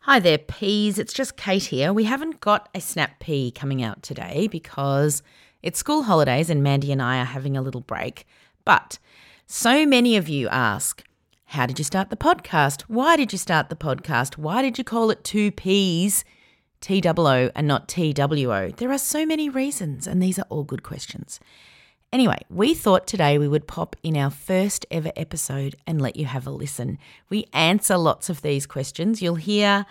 Hi there, peas. It's just Kate here. We haven't got a Snap Pea coming out today because it's school holidays and Mandy and I are having a little break. But so many of you ask, How did you start the podcast? Why did you start the podcast? Why did you call it Two Peas, T O O, and not T W O? There are so many reasons, and these are all good questions. Anyway, we thought today we would pop in our first ever episode and let you have a listen. We answer lots of these questions. You'll hear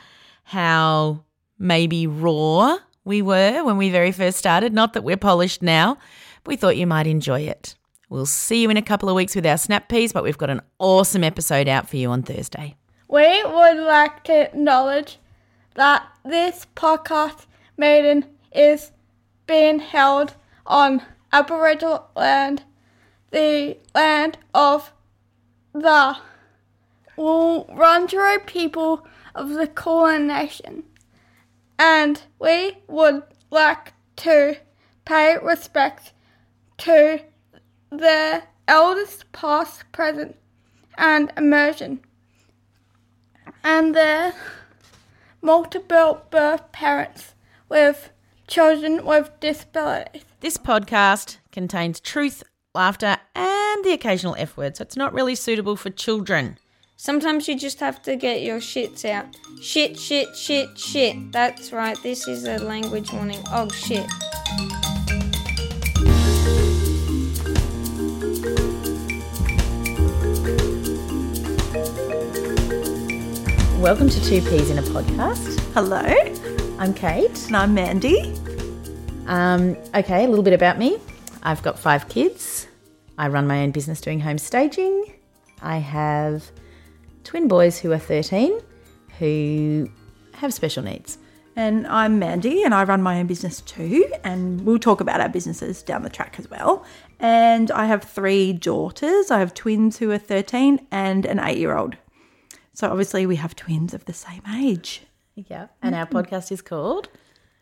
how maybe raw we were when we very first started. Not that we're polished now, but we thought you might enjoy it. We'll see you in a couple of weeks with our snap piece, but we've got an awesome episode out for you on Thursday. We would like to acknowledge that this podcast meeting is being held on Aboriginal land, the land of the Wurundjeri people of the Kulin Nation, and we would like to pay respect to their elders, past, present, and immersion and their multiple birth parents with children with disabilities. This podcast contains truth, laughter, and the occasional F word, so it's not really suitable for children. Sometimes you just have to get your shits out. Shit, shit, shit, shit. That's right, this is a language warning. Oh shit. Welcome to Two Peas in a Podcast. Hello, I'm Kate. and I'm Mandy. Um, okay, a little bit about me. I've got five kids. I run my own business doing home staging. I have twin boys who are 13 who have special needs. And I'm Mandy, and I run my own business too. And we'll talk about our businesses down the track as well. And I have three daughters. I have twins who are 13 and an eight year old. So obviously, we have twins of the same age. Yeah. And our podcast is called,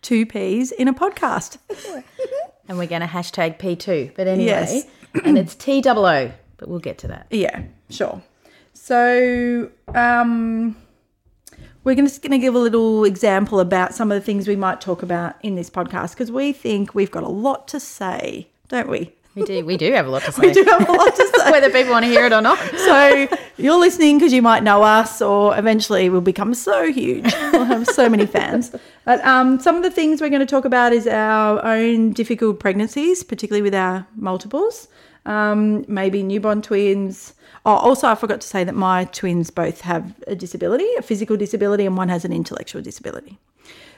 Two peas in a podcast. and we're going to hashtag P2. But anyway, Yes. and it's T double O, but we'll get to that. Yeah, sure. So, um, we're gonna- just going to give a little example about some of the things we might talk about in this podcast because we think we've got a lot to say, don't we? We do, we do have a lot to say. We do have a lot to say. Whether people want to hear it or not. So you're listening because you might know us, or eventually we'll become so huge. We'll have so many fans. But um, some of the things we're going to talk about is our own difficult pregnancies, particularly with our multiples, um, maybe newborn twins. Oh, also, I forgot to say that my twins both have a disability, a physical disability, and one has an intellectual disability.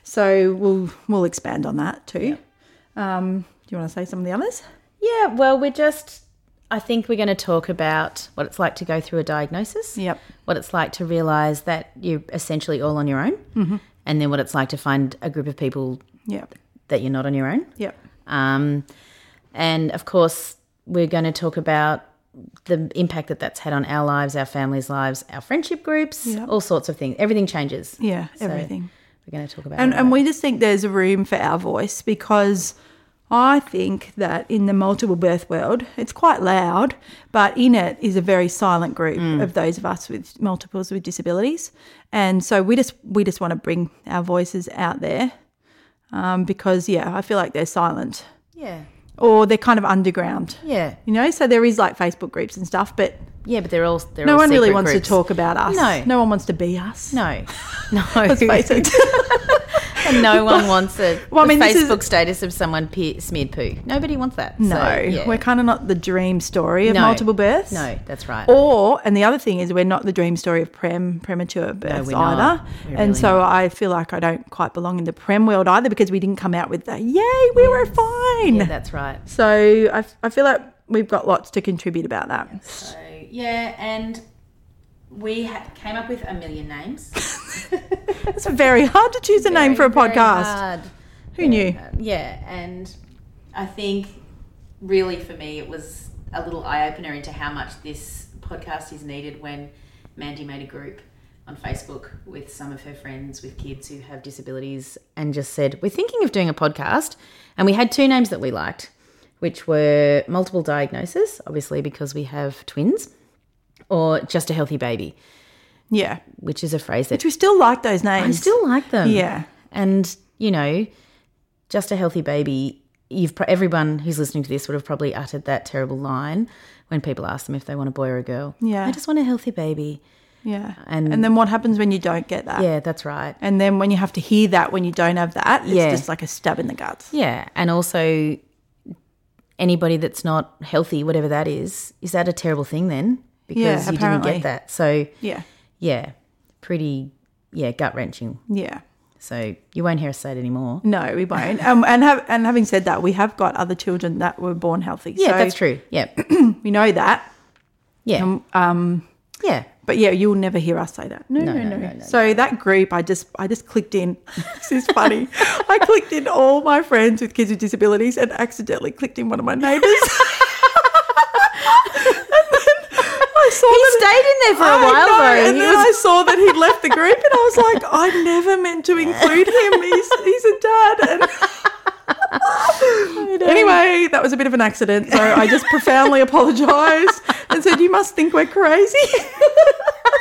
So we'll we'll expand on that too. Um, do you want to say some of the others? Yeah, well, we're just, I think we're going to talk about what it's like to go through a diagnosis. Yep. What it's like to realize that you're essentially all on your own. Mm-hmm. And then what it's like to find a group of people Yep. that you're not on your own. Yep. Um, and of course, we're going to talk about the impact that that's had on our lives, our families' lives, our friendship groups, Yep. all sorts of things. Everything changes. Yeah. So Everything. We're going to talk about and um, all and we just think there's a room for our voice because I think that in the multiple birth world, it's quite loud, but in it is a very silent group Mm. of those of us with multiples with disabilities, and so we just we just want to bring our voices out there um, because yeah, I feel like they're silent that. yeah. or they're kind of underground, Yeah. you know. So there is like Facebook groups and stuff, but Yeah, but they're all they're no all one really secret wants groups. to talk about us. No. no one wants to be us. No. No. let's face it. And no one wants a Well, I mean, the this is- Facebook status of someone pe- smeared poo. Nobody wants that. No, we're kind of not the dream story of Oh, No. multiple births. No, that's right. Or, and the other thing is, we're not the dream story of prem premature births we're not. either. We're and really so I feel like I don't quite belong in the prem world either because we didn't come out with the yay, we were fine. yeah, that's right. so I, I feel like we've got lots to contribute about that. So, yeah, and we ha- came up with a million names. It's very hard to choose a name for a Very podcast. hard. Who knew? Um, Yeah, and I think really for me it was a little eye opener into how much this podcast is needed when Mandy made a group on Facebook with some of her friends with kids who have disabilities and just said, We're thinking of doing a podcast. And we had two names that we liked, which were Multiple Diagnosis, obviously because we have twins, or Just a Healthy Baby. Yeah. which is a phrase that Which we still like those names. I still like them. Yeah. And, you know, just a healthy baby, you've pro- everyone who's listening to this would have probably uttered that terrible line when people ask them if they want a boy or a girl. Yeah. I just want a healthy baby. Yeah. And- And, and then what happens when you don't get that? Yeah, that's right. And then when you have to hear that when you don't have that, it's Yeah. just like a stab in the guts. Yeah. And also anybody that's not healthy, whatever that is, is that a terrible thing then? Because Yeah, you apparently. didn't get that. So Yeah. yeah, pretty yeah, gut wrenching. Yeah. So you won't hear us say it anymore. No, we won't. Um, and have, and having said that, we have got other children that were born healthy. Yeah, so that's true. Yeah. We know that. Yeah. Um, yeah. but yeah, you'll never hear us say that. No, no, no. so that group, I just, I just clicked in. this is funny. I clicked in all my friends with kids with disabilities and accidentally clicked in one of my neighbours. and then I saw He that it- stayed in there for a I while know, though. And He then was- I saw that he'd left the group, and I was like, I never meant to include him. He's, he's a dad. And anyway, that was a bit of an accident. So I just profoundly apologised and said, You must think we're crazy.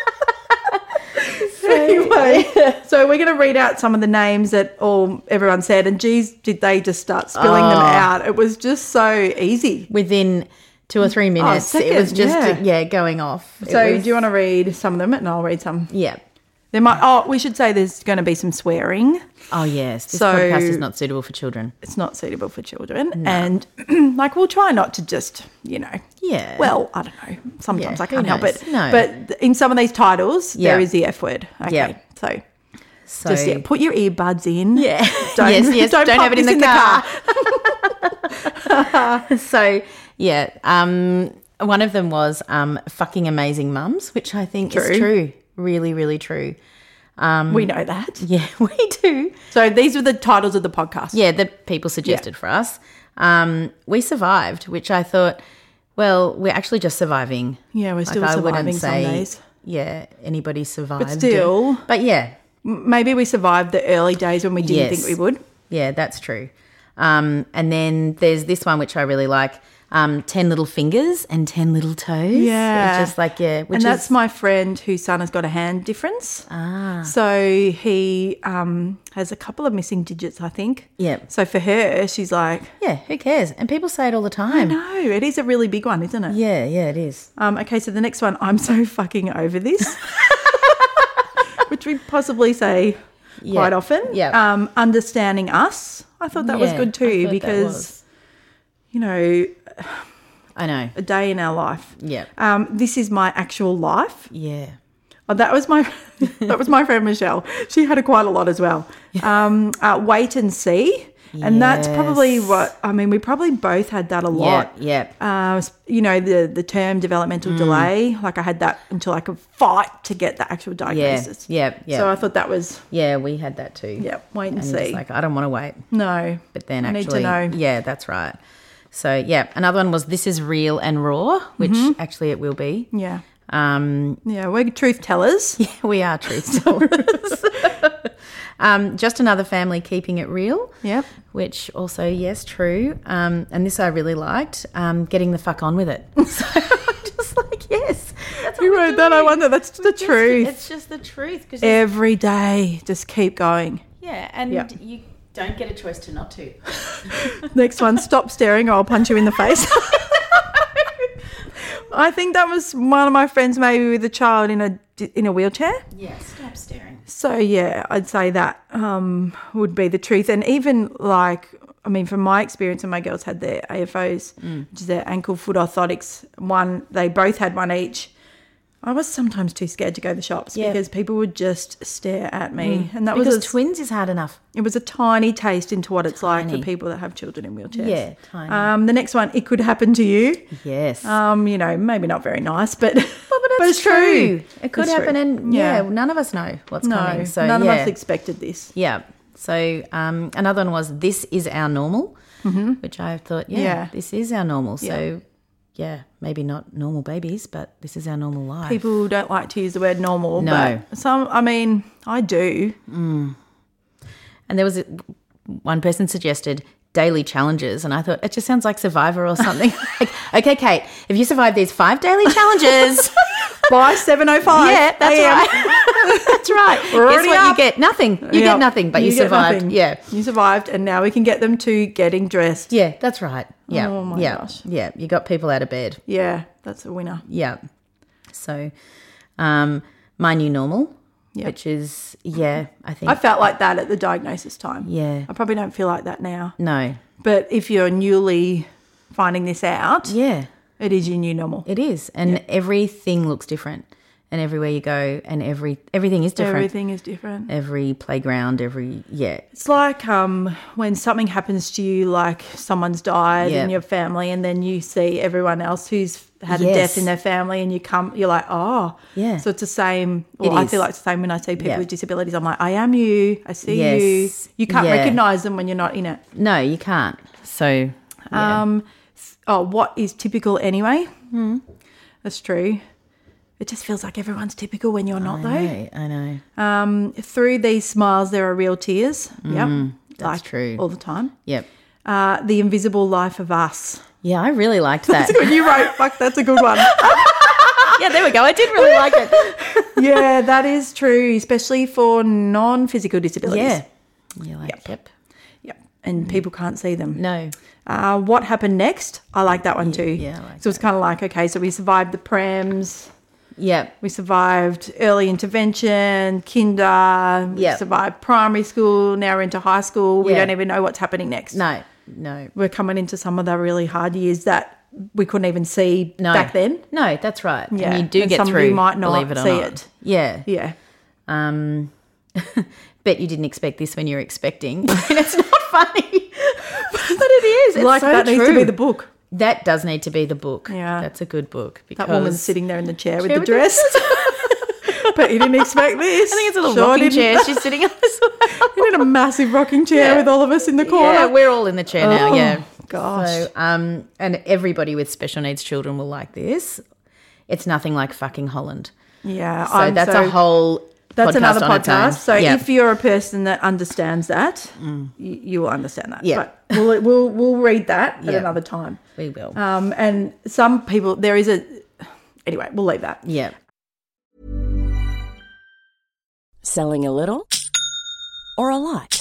anyway, so we're going to read out some of the names that all everyone said, and geez, did they just start spilling them Oh. out? It was just so easy. within two or three minutes. it was Oh, second, just yeah. yeah, going off. It So, was- do you want to read some of them, and I'll read some. yeah. There might. Oh, we should say there's going to be some swearing. Oh yes, this So- podcast is not suitable for children. It's not suitable for children, and like we'll try not to just you know. Yeah. Well, I don't know. Sometimes Yeah, I can't who help it. knows? No. But th- in some of these titles, there Yeah. is the F word. Okay. Yeah. So So just yeah, put your earbuds in. yeah, Don't, yes, yes. Don't, pop have it in this the, car. so yeah, um, one of them was um, fucking amazing mums, which I think True. is true, really, really true. we know that. Yeah, we do. So these are the titles of the podcast. Yeah, that people suggested for us. Um, we survived, which I thought, well, we're actually just surviving. Yeah, we're still surviving some days. Yeah, anybody survived. it. still. But yeah, M- Maybe we survived the early days when we didn't Yes. think we would. yeah, that's true. Um, and then there's this one which I really like. Um, ten little fingers and ten little toes. Yeah. It's just like yeah, which and is that's my friend whose son has got a hand difference. Ah. So he um, has a couple of missing digits, I think. Yeah. So for her, she's like, yeah. Who cares? And people say it all the time. no, it is a really big one, isn't it? Yeah, yeah, it is. Um, okay, so the next one, I'm so fucking over this, which we possibly say Yeah. quite often. Yeah. Um, understanding us. I thought that was Yeah, good I too thought that because, was. you know, I know. a day in our life. Yeah. Um, this is my actual life. Yeah. Oh, that was my that was my friend Michelle. She had a quite a lot as well. Um, uh, wait and see, and that's probably Yes. what I mean. We probably both had that a Yeah. lot. Yeah. Uh, you know the the term developmental Mm. delay. Like I had that until I could fight to get the actual diagnosis. yeah, yeah. So I thought that was Yeah, we had that too. yeah. Wait and, And you're see. just like, I don't want to wait. no, But then I need actually, to know. yeah, that's right. So yeah, another one was this is real and raw, which Mm-hmm. actually it will be. Yeah, Um, yeah. We're truth tellers. yeah, we are truth tellers. um, just another family keeping it real. Yep. Which also yes, true. Um, and this I really liked. Um, getting the fuck on with it. So I'm just like yes, that's what Who we wrote that? I do. wonder. That's the Just- truth. Eh. It's just the truth because Every day, just keep going. yeah, and Yeah. you don't get a choice to not to. Next one, stop staring or I'll punch you in the face. I think that was one of my friends, maybe with a child in a in a wheelchair. Yeah, stop staring. So yeah, I'd say that um, would be the truth. And even like, I mean, from my experience, when my girls had their AFOs, Mm. which is their ankle foot orthotics, one they both had one each. I was sometimes too scared to go to the shops Yeah. Mm. because people would just stare at me, and that Because was a, twins is hard enough. it was a tiny taste into what it's like Tiny. for people that have children in wheelchairs. Yeah, tiny. Um, the next one, it could happen to you. Yes. Um, you know, maybe not very nice, but Ah, but it's, true. It could It's true. happen, and yeah. none of us know what's no, coming. So none yeah. of us expected this. yeah. So um, another one was this is our normal, which I thought, Mm-hmm. yeah, Yeah. this is our normal. So yeah, maybe not normal babies, but this is our normal life. People don't like to use the word normal, No. but some. I mean, I do. And there was a, one person suggested daily challenges. And I thought, it just sounds like Survivor or something. like, okay, Kate, if you survive these five daily challenges, By 7.05. yeah, that's right. that's right. We're Guess already what? You up. get nothing. You Yep. get nothing, but you, get survived. nothing. Yeah. You survived, and now we can get them to getting dressed. Yeah, Yeah, that's right. Yeah. Oh my yeah. gosh. Yeah. You got people out of bed. that's a winner. Yeah. So, um, my new normal, Yeah. which is, yeah, I think. I felt like that at the diagnosis time. Yeah. I probably don't feel like that now. no. But if you're newly finding this out, Yeah. it is your new normal. It is, and everything looks different, and everywhere you go, and every everything is different. Everything is different. Every playground, every yeah, It's like um, when something happens to you, like someone's died Yeah. in your family, and then you see everyone else who's had a Yes. death in their family, and you come, you're like, oh, Yeah. So it's the same. Well, It I is. feel like it's the same when I see people Yeah. with disabilities. I'm like, I am you. I see Yes. you. You can't Yeah. recognize them when you're not in it. no, you can't. So yeah. Hmm. Um, s- oh, what is typical anyway? Mm. That's true. It just feels like everyone's typical when you're not, I though. know, I know. Mm, Um, through these smiles, there are real tears. yep. that's true. All the time. Yep. Uh, the Invisible Life of Us. Yeah, I really liked that. When you wrote, fuck, that's a good one. yeah, there we go. I did really like it. yeah, that is true, especially for non physical disabilities. Yeah. You're like, yep. Yep. And people can't see them. No. Uh, what happened next? I like that one too. yeah, I like so it's kind of like, okay, so we survived the prams, Yep. we survived early intervention, kinder, we Yep. survived primary school, now we're into high school. We Yeah. don't even know what's happening next. No. No. We're coming into some of the really hard years that we couldn't even see No. back then. No, that's right. Yeah. And you do And get some of through. you might not believe it or see not. it. Yeah. Yeah. Um, bet you didn't expect this when you were expecting. and it's not funny, but it is. It's like so that true. needs to be the book. That does need to be the book. Yeah. that's a good book because That woman's sitting there in the chair with Chair the with the dress. but you didn't expect this. I think it's a little rocking chair she's sitting on. As well. in a massive rocking chair Yeah. with all of us in the Yeah, corner. we're all in the chair now. Oh, yeah, gosh. So, um, and everybody with special needs children will like this. It's nothing like fucking Holland. Yeah, So I'm that's so- a whole. That's podcast another on its own. podcast. So Yeah. Mm. if you're a person that understands that, you, you will understand that. Yeah. But we'll, we'll we'll read that at Yeah. another time. we will, Um, and some people there is a anyway. We'll leave that. yeah. Selling a little or a lot?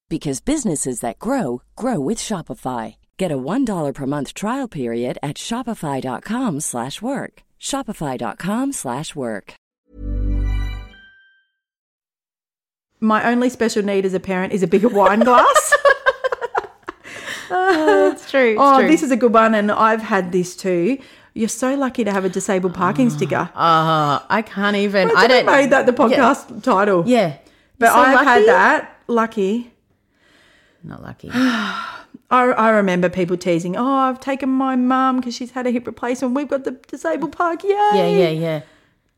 because businesses that grow grow with Shopify. Get a $1 per month trial period at shopify.com/work. slash work. shopify.com/work. slash work. My only special need as a parent is a bigger wine glass. It's true. oh, this is a good one, and I've had this too. You're so lucky to have a disabled parking sticker. Oh, I can't even. Ah. I, I don't don't made that the podcast title. Yeah, but You're so I've lucky. had that. Lucky. Not lucky. I, I remember people teasing, oh, I've taken my mum because she's had a hip replacement. We've got the disabled park. Yay. Yeah, yeah, yeah.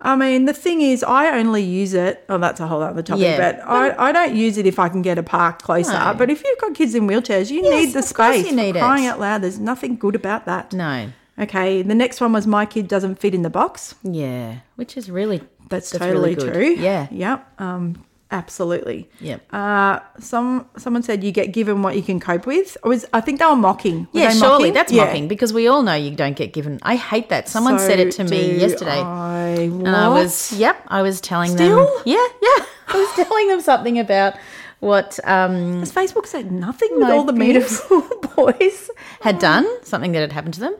I mean, the thing is, I only use it. Oh, that's a whole other topic. Yeah. But I, I don't use it if I can get a park closer. No. But if you've got kids in wheelchairs, you Yes, need the of course space. you need For it. Mm. Crying out loud, there's nothing good about that. No. Okay. The next one was my kid doesn't fit in the box. Yeah. Which is really That's, really totally good. true. Yeah. Yep. Um, absolutely. Yep. Uh, some someone said you get given what you can cope with. I was I think they were mocking. Were yeah, they surely mocking? that's Yeah. mocking because we all know you don't get given. I hate that. Someone said it to So me do yesterday, I, and I What? was yep. I was telling them, Still? yeah, yeah. I was telling them something about what um, Does Facebook say nothing with my all the memes? beautiful boys had done, something that had happened to them.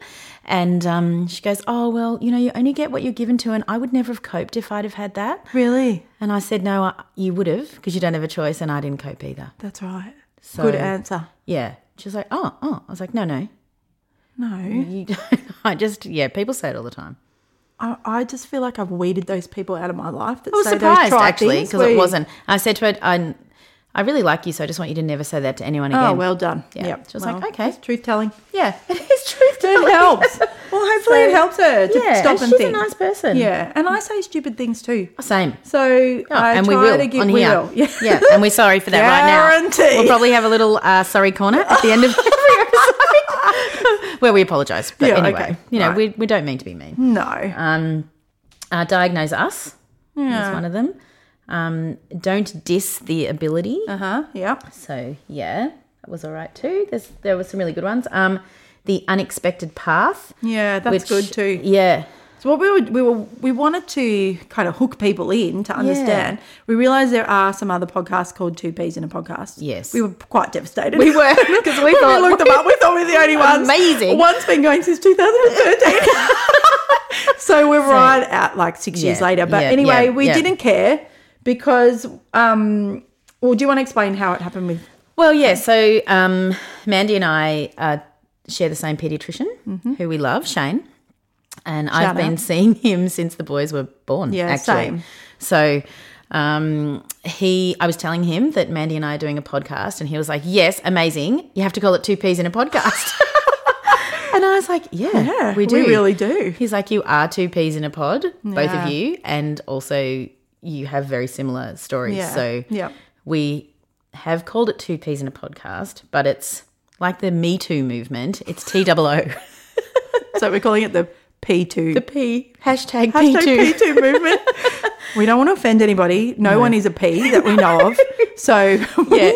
And um, she goes, "Oh well, you know, you only get what you're given to, and I would never have coped if I'd have had that." Really? And I said, "No, I, you would have because you don't have a choice, and I didn't cope either." That's right. Good answer. Yeah. She's like, "Oh, oh." I was like, "No, no, No, you." I just yeah, people say it all the time. I, I just feel like I've weeded those people out of my life. That I was say those surprised trite actually things because it where- wasn't. I said to her, I, I really like you, so I just want you to never say that to anyone again. Oh, well done. Yeah. Yeah. She was like, okay. Truth telling. Yeah, it is true. It helps. Well, hopefully it helps her to yeah, stop and and she's a think. nice person. Yeah. And I say stupid things too. Same. So Oh, I and try we will to give on we here. will. Yeah. and we're sorry for that right now. Guaranteed. We'll probably have a little uh, sorry corner at the end of every episode where we apologise. But Yeah, anyway, okay. you know, Right. we, we don't mean to be mean. No. Um, uh, diagnose us is one of them. Um, don't diss the ability. Uh huh. Yeah. So yeah, that was all right too. There's, there were some really good ones. Um, the unexpected path. Yeah, that's which- good too. Yeah, So what we were, we were we wanted to kind of hook people in to understand. We realized there are some other podcasts called Two Peas in a Podcast. Yes. we were quite devastated. We were because we thought- looked them up. We thought we were the only ones. Amazing. One's been going since 2013. so we're right at like six years Yeah, later. But yeah, anyway, yeah, we yeah. didn't care because. um well, do you want to explain how it happened with? Well, yeah. So um, Mandy and I uh, share the same pediatrician who we love, Shane. And I've Mm-hmm. Shout been out. seeing him since the boys were born. Yeah, actually. same. So um, he, I was telling him that Mandy and I are doing a podcast, and he was like, "Yes, amazing. You have to call it two peas in a podcast." and I was like, "Yeah, Yeah, we we do. really do. He's like, "You are two peas in a pod, both Yeah. of you, and also you have very similar stories." Yeah. So Yep. we have called it Two Peas in a Podcast, but it's like the Me Too movement. It's T double O. So we're calling it the P two P. Hashtag, Hashtag P2. P2 movement. we don't want to offend anybody. No, one is a P that we know of. So yeah,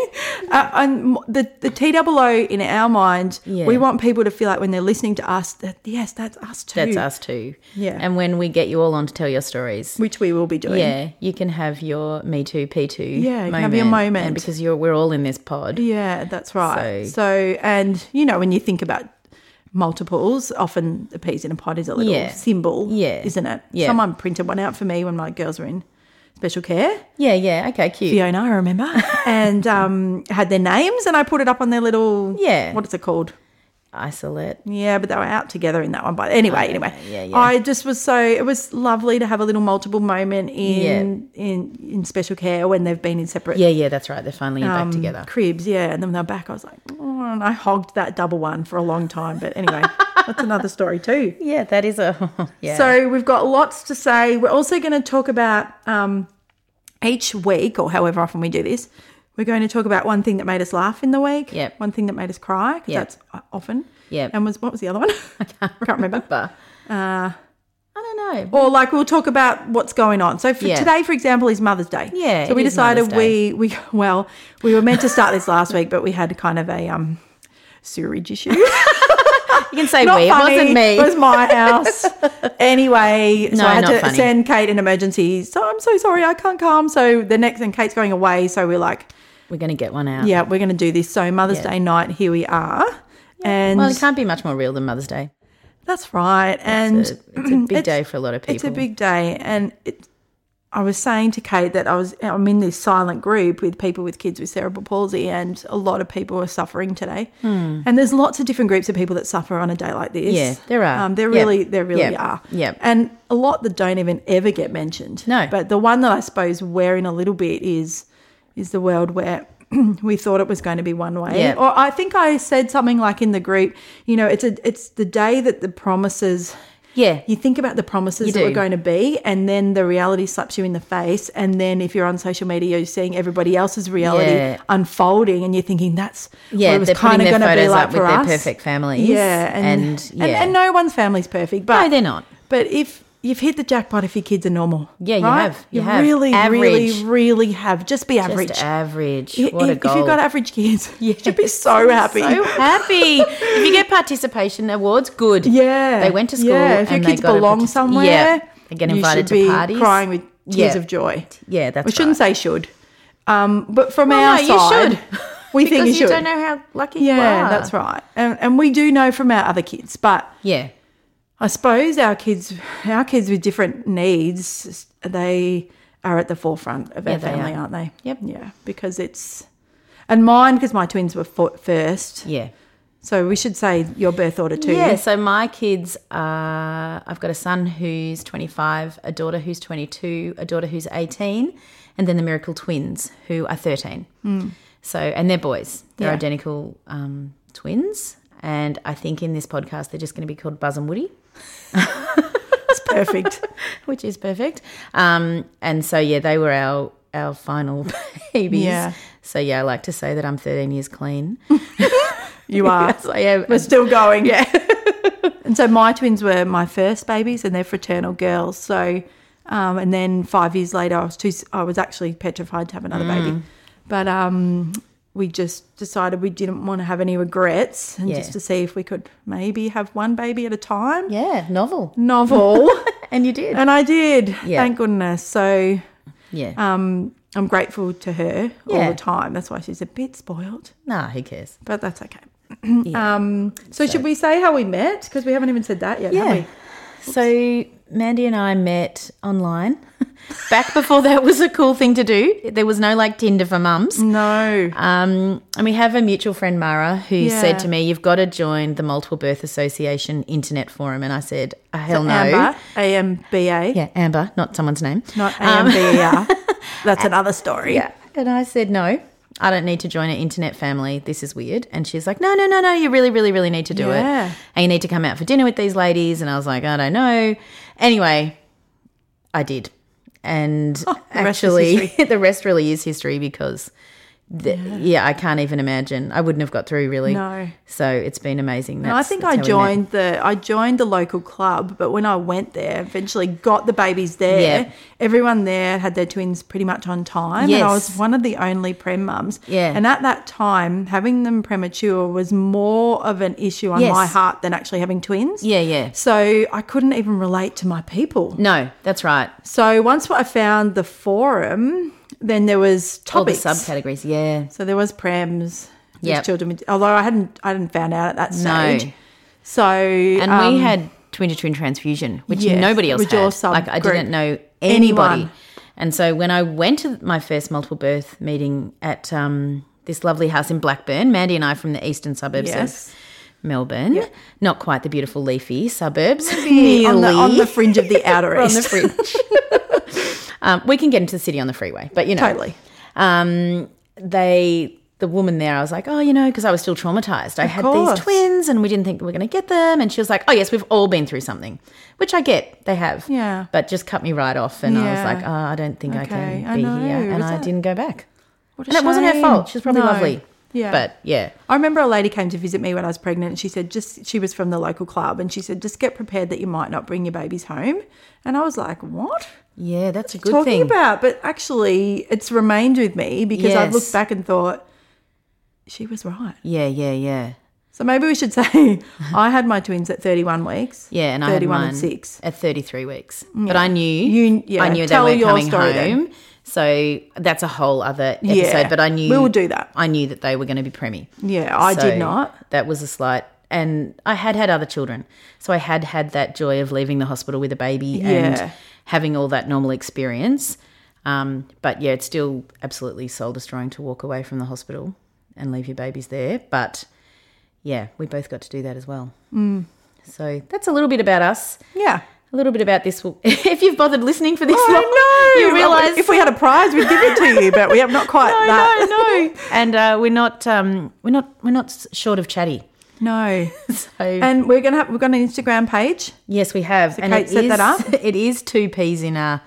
uh, and m- the the TWO in our mind, Yeah. we want people to feel like when they're listening to us that yes, that's us too. That's us too. Yeah. And when we get you all on to tell your stories, which we will be doing. yeah, you can have your Me Too P2 Yeah, you can have your moment. And because you're, we're all in this pod. Yeah, that's right. So- So, and you know when you think about multiples, often the peas in a pod is a little Yeah. symbol, Yeah. isn't it? Yeah. Someone printed one out for me when my girls were in special care. Yeah, yeah. Okay, cute. Fiona, I remember, and um, had their names, and I put it up on their little Yeah. What is it called? Isolate. Yeah, but they were out together in that one. But anyway, anyway, Oh, yeah, yeah. I just was so it was lovely to have a little multiple moment in in in special care when they've been in separate. Yeah, yeah, that's right. They're finally back um, together. Cribs, yeah, and then when they're back. I was like, oh, and I hogged that double one for a long time. But anyway, that's another story too. Yeah, that is a. yeah. So we've got lots to say. We're also going to talk about um, each week, or however often we do this, we're going to talk about one thing that made us laugh in the week. Yep. One thing that made us cry. 'cause Yep. That's o- often. Yep. And uh, was what was the other one? I can't remember. But, I don't know. Or like we'll talk about what's going on. So for Yeah. today, for example, is Mother's Day. Yeah, So we it is decided Mother's Day. we we well we were meant to start this last week, but we had kind of a um sewerage issue. You can say not we. funny. It wasn't me. It was my house. anyway, so No, I had not to funny. send Kate an emergency. So I'm so sorry, I can't come. So the next, and Kate's going away. So we're like, we're going to get one out. yeah, we're going to do this. So Mother's Yeah. Day night, here we are. And Well, it can't be much more real than Mother's Day. that's right. and It's a, it's a big it's- day for a lot of people. It's a big day, and it, I was saying to Kate that I was I'm in this silent group with people with kids with cerebral palsy, and a lot of people are suffering today. And there's lots of different groups of people that suffer on a day like this. Hmm. Yeah, there are. Um, there Yep. really, there really Yep. are. Yep. and a lot that don't even ever get mentioned. No. but the one that I suppose we're in a little bit is is the world where. We thought it was going to be one way, Yeah. or I think I said something like in the group, you know, it's a it's the day that the promises yeah. you think about the promises You that do. we're going to be, and then the reality slaps you in the face. And then if you're on social media, you're seeing everybody else's reality Yeah. unfolding, and you're thinking that's Yeah, what it was they're putting kind of their going to be photos like up for with their us. perfect families. yeah, and and- and, yeah. and no one's family's perfect, but No, they're not. But if you've hit the jackpot, if your kids are normal, Yeah, you right? have. You have. really, Average. really, really have. Just be Just average. average. if, What a if goal. you've got average kids, you should be so happy. So happy. if you get participation awards, good. Yeah, They went to school. Yeah, if your and they kids got a belong partici- somewhere, Yeah. They get you invited should be to parties. crying with tears Yeah. of joy. Yeah, that's we shouldn't say should, um, but from Well, our no, you side, should. we because think you you, should. don't know how lucky you are. yeah, that's right, and, and we do know from our other kids, but Yeah. I suppose our kids, our kids with different needs, they are at the forefront of Yeah, our they family, are. aren't they? Yep. Yeah, because it's and mine because my twins were fo- first, Yeah. so we should say your birth order too. Yeah, so my kids are I've got a son who's 25, a daughter who's 22, a daughter who's 18, and then the Miracle Twins, who are 13. So, and they're boys. They're identical um, twins. And I think in this podcast, they're just going to be called Buzz and Woody, It's perfect. which is perfect. Um, and so, yeah, they were our, our final babies. Yeah. So, yeah, I like to say that I'm 13 years clean. You are. So, yeah, We're still going. Yeah. and so my twins were my first babies, and they're fraternal girls. So, um, and then five years later, I was too. I was actually petrified to have another Mm. baby, but um, we just decided we didn't want to have any regrets, and Yeah. just to see if we could maybe have one baby at a time. yeah, novel. Uh, Novel. And you did. and I did. Yeah. Thank goodness. So Yeah. um, I'm grateful to her all Yeah. the time. That's why she's a bit spoiled, nah, who cares? but that's okay. um, so, should we say how we met? Because we haven't even said that yet, have we? So Mandy and I met online back before that was a cool thing to do. There was no like Tinder for mums. Mm. No. Um, and we have a mutual friend, Mara, who Yeah. said to me, You've got to join the Multiple Birth Association internet forum. And I said, "Ah, Hell no. Amber, A M B A, Yeah, Um, Amber, not someone's name. not A M B E R. That's another story. Yeah. And I said, No, I don't need to join an internet family. This is weird. And she's like, No, no, no, no. You really, really, really need to do Yeah. it. And you need to come out for dinner with these ladies. And I was like, I don't know. Anyway, I did. And the rest is actually, the rest really is history because, the, yeah. I can't even imagine. I wouldn't have got through really. No. So it's been amazing. And I think I joined the I joined the local club, but when I went there, eventually got the babies there. Yeah. Everyone there had their twins pretty much on time, and I was Yes. one of the only prem mums. Yeah. And at that time, having them premature was more of an issue on Yes. my heart than actually having twins. Yeah, yeah. So I couldn't even relate to my people. No, that's right. So once I found the forum, then there was All the topics. subcategories. Yeah. So there was prams, there was Yep. children. With, although I hadn't, I hadn't found out at that No. stage. So um, And we had twin to twin transfusion, which Yes, nobody else which had. your sub like I group. didn't know anybody. Anyone. And so when I went to my first multiple birth meeting at um, this lovely house in Blackburn, Mandy and I from the eastern suburbs Yes. of Melbourne, not quite the beautiful leafy suburbs, Be nearly on the, on the fringe of the outer on the east. fringe. um, we can get into the city on the freeway, but you know, Totally. um, they the woman there i was like oh you know because i was still traumatized i had course. these twins and we didn't think we were going to get them and she was like oh yes we've all been through something which i get they have Yeah. but just cut me right off and i was Yeah. like oh i don't think i Okay, can I be know, here and is i that- didn't go back What a and it wasn't her shame. fault she was probably No. lovely Yeah. but yeah I remember a lady came to visit me when I was pregnant and she said just she was from the local club and she said just get prepared that you might not bring your babies home. And I was like, "What?" yeah that's a good talking thing about, but actually it's remained with me because I've looked Yes. back and thought she was right. yeah yeah yeah So maybe we should say I had my twins at 31 weeks. yeah and i had 31 mine and 6. at 33 weeks but i knew You- yeah, i knew they tell were your coming story then. home so that's a whole other episode but i knew We will do that. I knew that they were going to be preemie. Yeah, I So did not. That was a slight. And I had had other children. So I had had that joy of leaving the hospital with a baby Yeah. and having all that normal experience. Um, but yeah, it's still absolutely soul destroying to walk away from the hospital and leave your babies there. But yeah, we both got to do that as well. Mm. So that's a little bit about us. Yeah. A little bit about this. If you've bothered listening for this long, Oh no! you realise if we had a prize, we'd give it to you, but we have not quite that. no, no. and uh, we're not um, we're not we're not s- short of chatty. No, So and we're gonna have we've got an Instagram page. yes, we have. and Kate it set that is- It is two p's in a.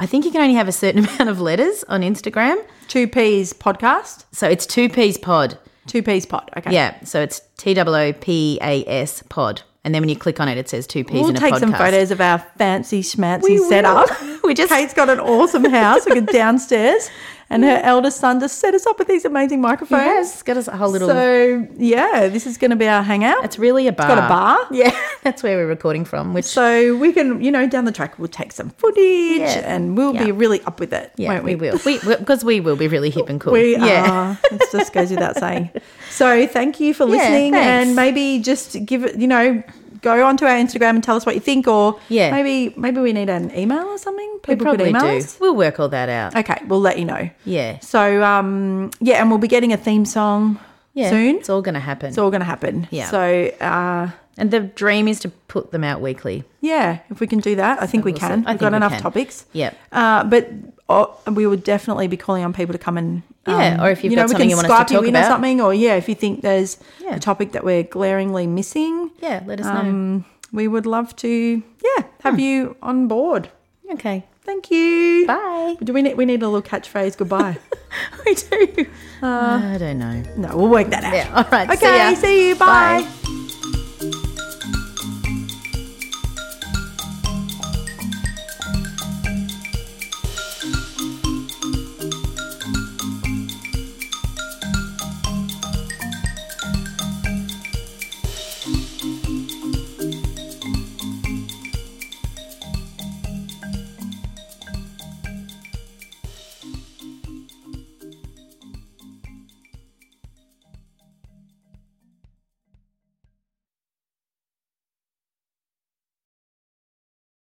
I think you can only have a certain amount of letters on Instagram, Two P's podcast. so it's two p's pod. Two P's pod. Okay. Yeah, so it's T W O P A S pod, and then when you click on it, it says two p's We'll in a take podcast. some photos of our fancy schmancy will. setup. We just- Kate's got an awesome house, like a downstairs, and her eldest son just set us up with these amazing microphones. Yes, got us a whole little. So yeah, this is going to be our hangout. it's really a bar. got a bar. Yeah, that's where we're recording from. Which So we can, you know, down the track we'll take some footage Yeah. and we'll be Yeah. really up with it, yeah, won't we? we? will. We because we will be really hip and cool. We yeah. are. It just goes without saying. So thank you for listening, thanks. and maybe just give it, you know, go onto our Instagram and tell us what you think, or Yeah. maybe maybe we need an email or something. We People could probably email do. us. We'll work all that out. Okay, we'll let you know. Yeah. So um, yeah, and we'll be getting a theme song Yeah. soon. It's all going to happen. It's all going to happen. Yeah. So uh, and the dream is to put them out weekly. yeah, if we can do that, I think we we'll see. can. I We've think got we enough can. topics. Yep. Uh, but oh, we would definitely be calling on people to come and um, Yeah, or if you've you know got we something can you want us to Skype you talk in about. or something, or yeah, if you think there's Yeah. a topic that we're glaringly missing, Yeah, let us um, we would love to yeah have Hmm. you on board. know. Okay. Thank you. Bye. Do we need we need a little catchphrase goodbye? we do. I don't know. no, we'll work that out. Yeah, all right, see Uh, Okay. ya. See, you. Bye.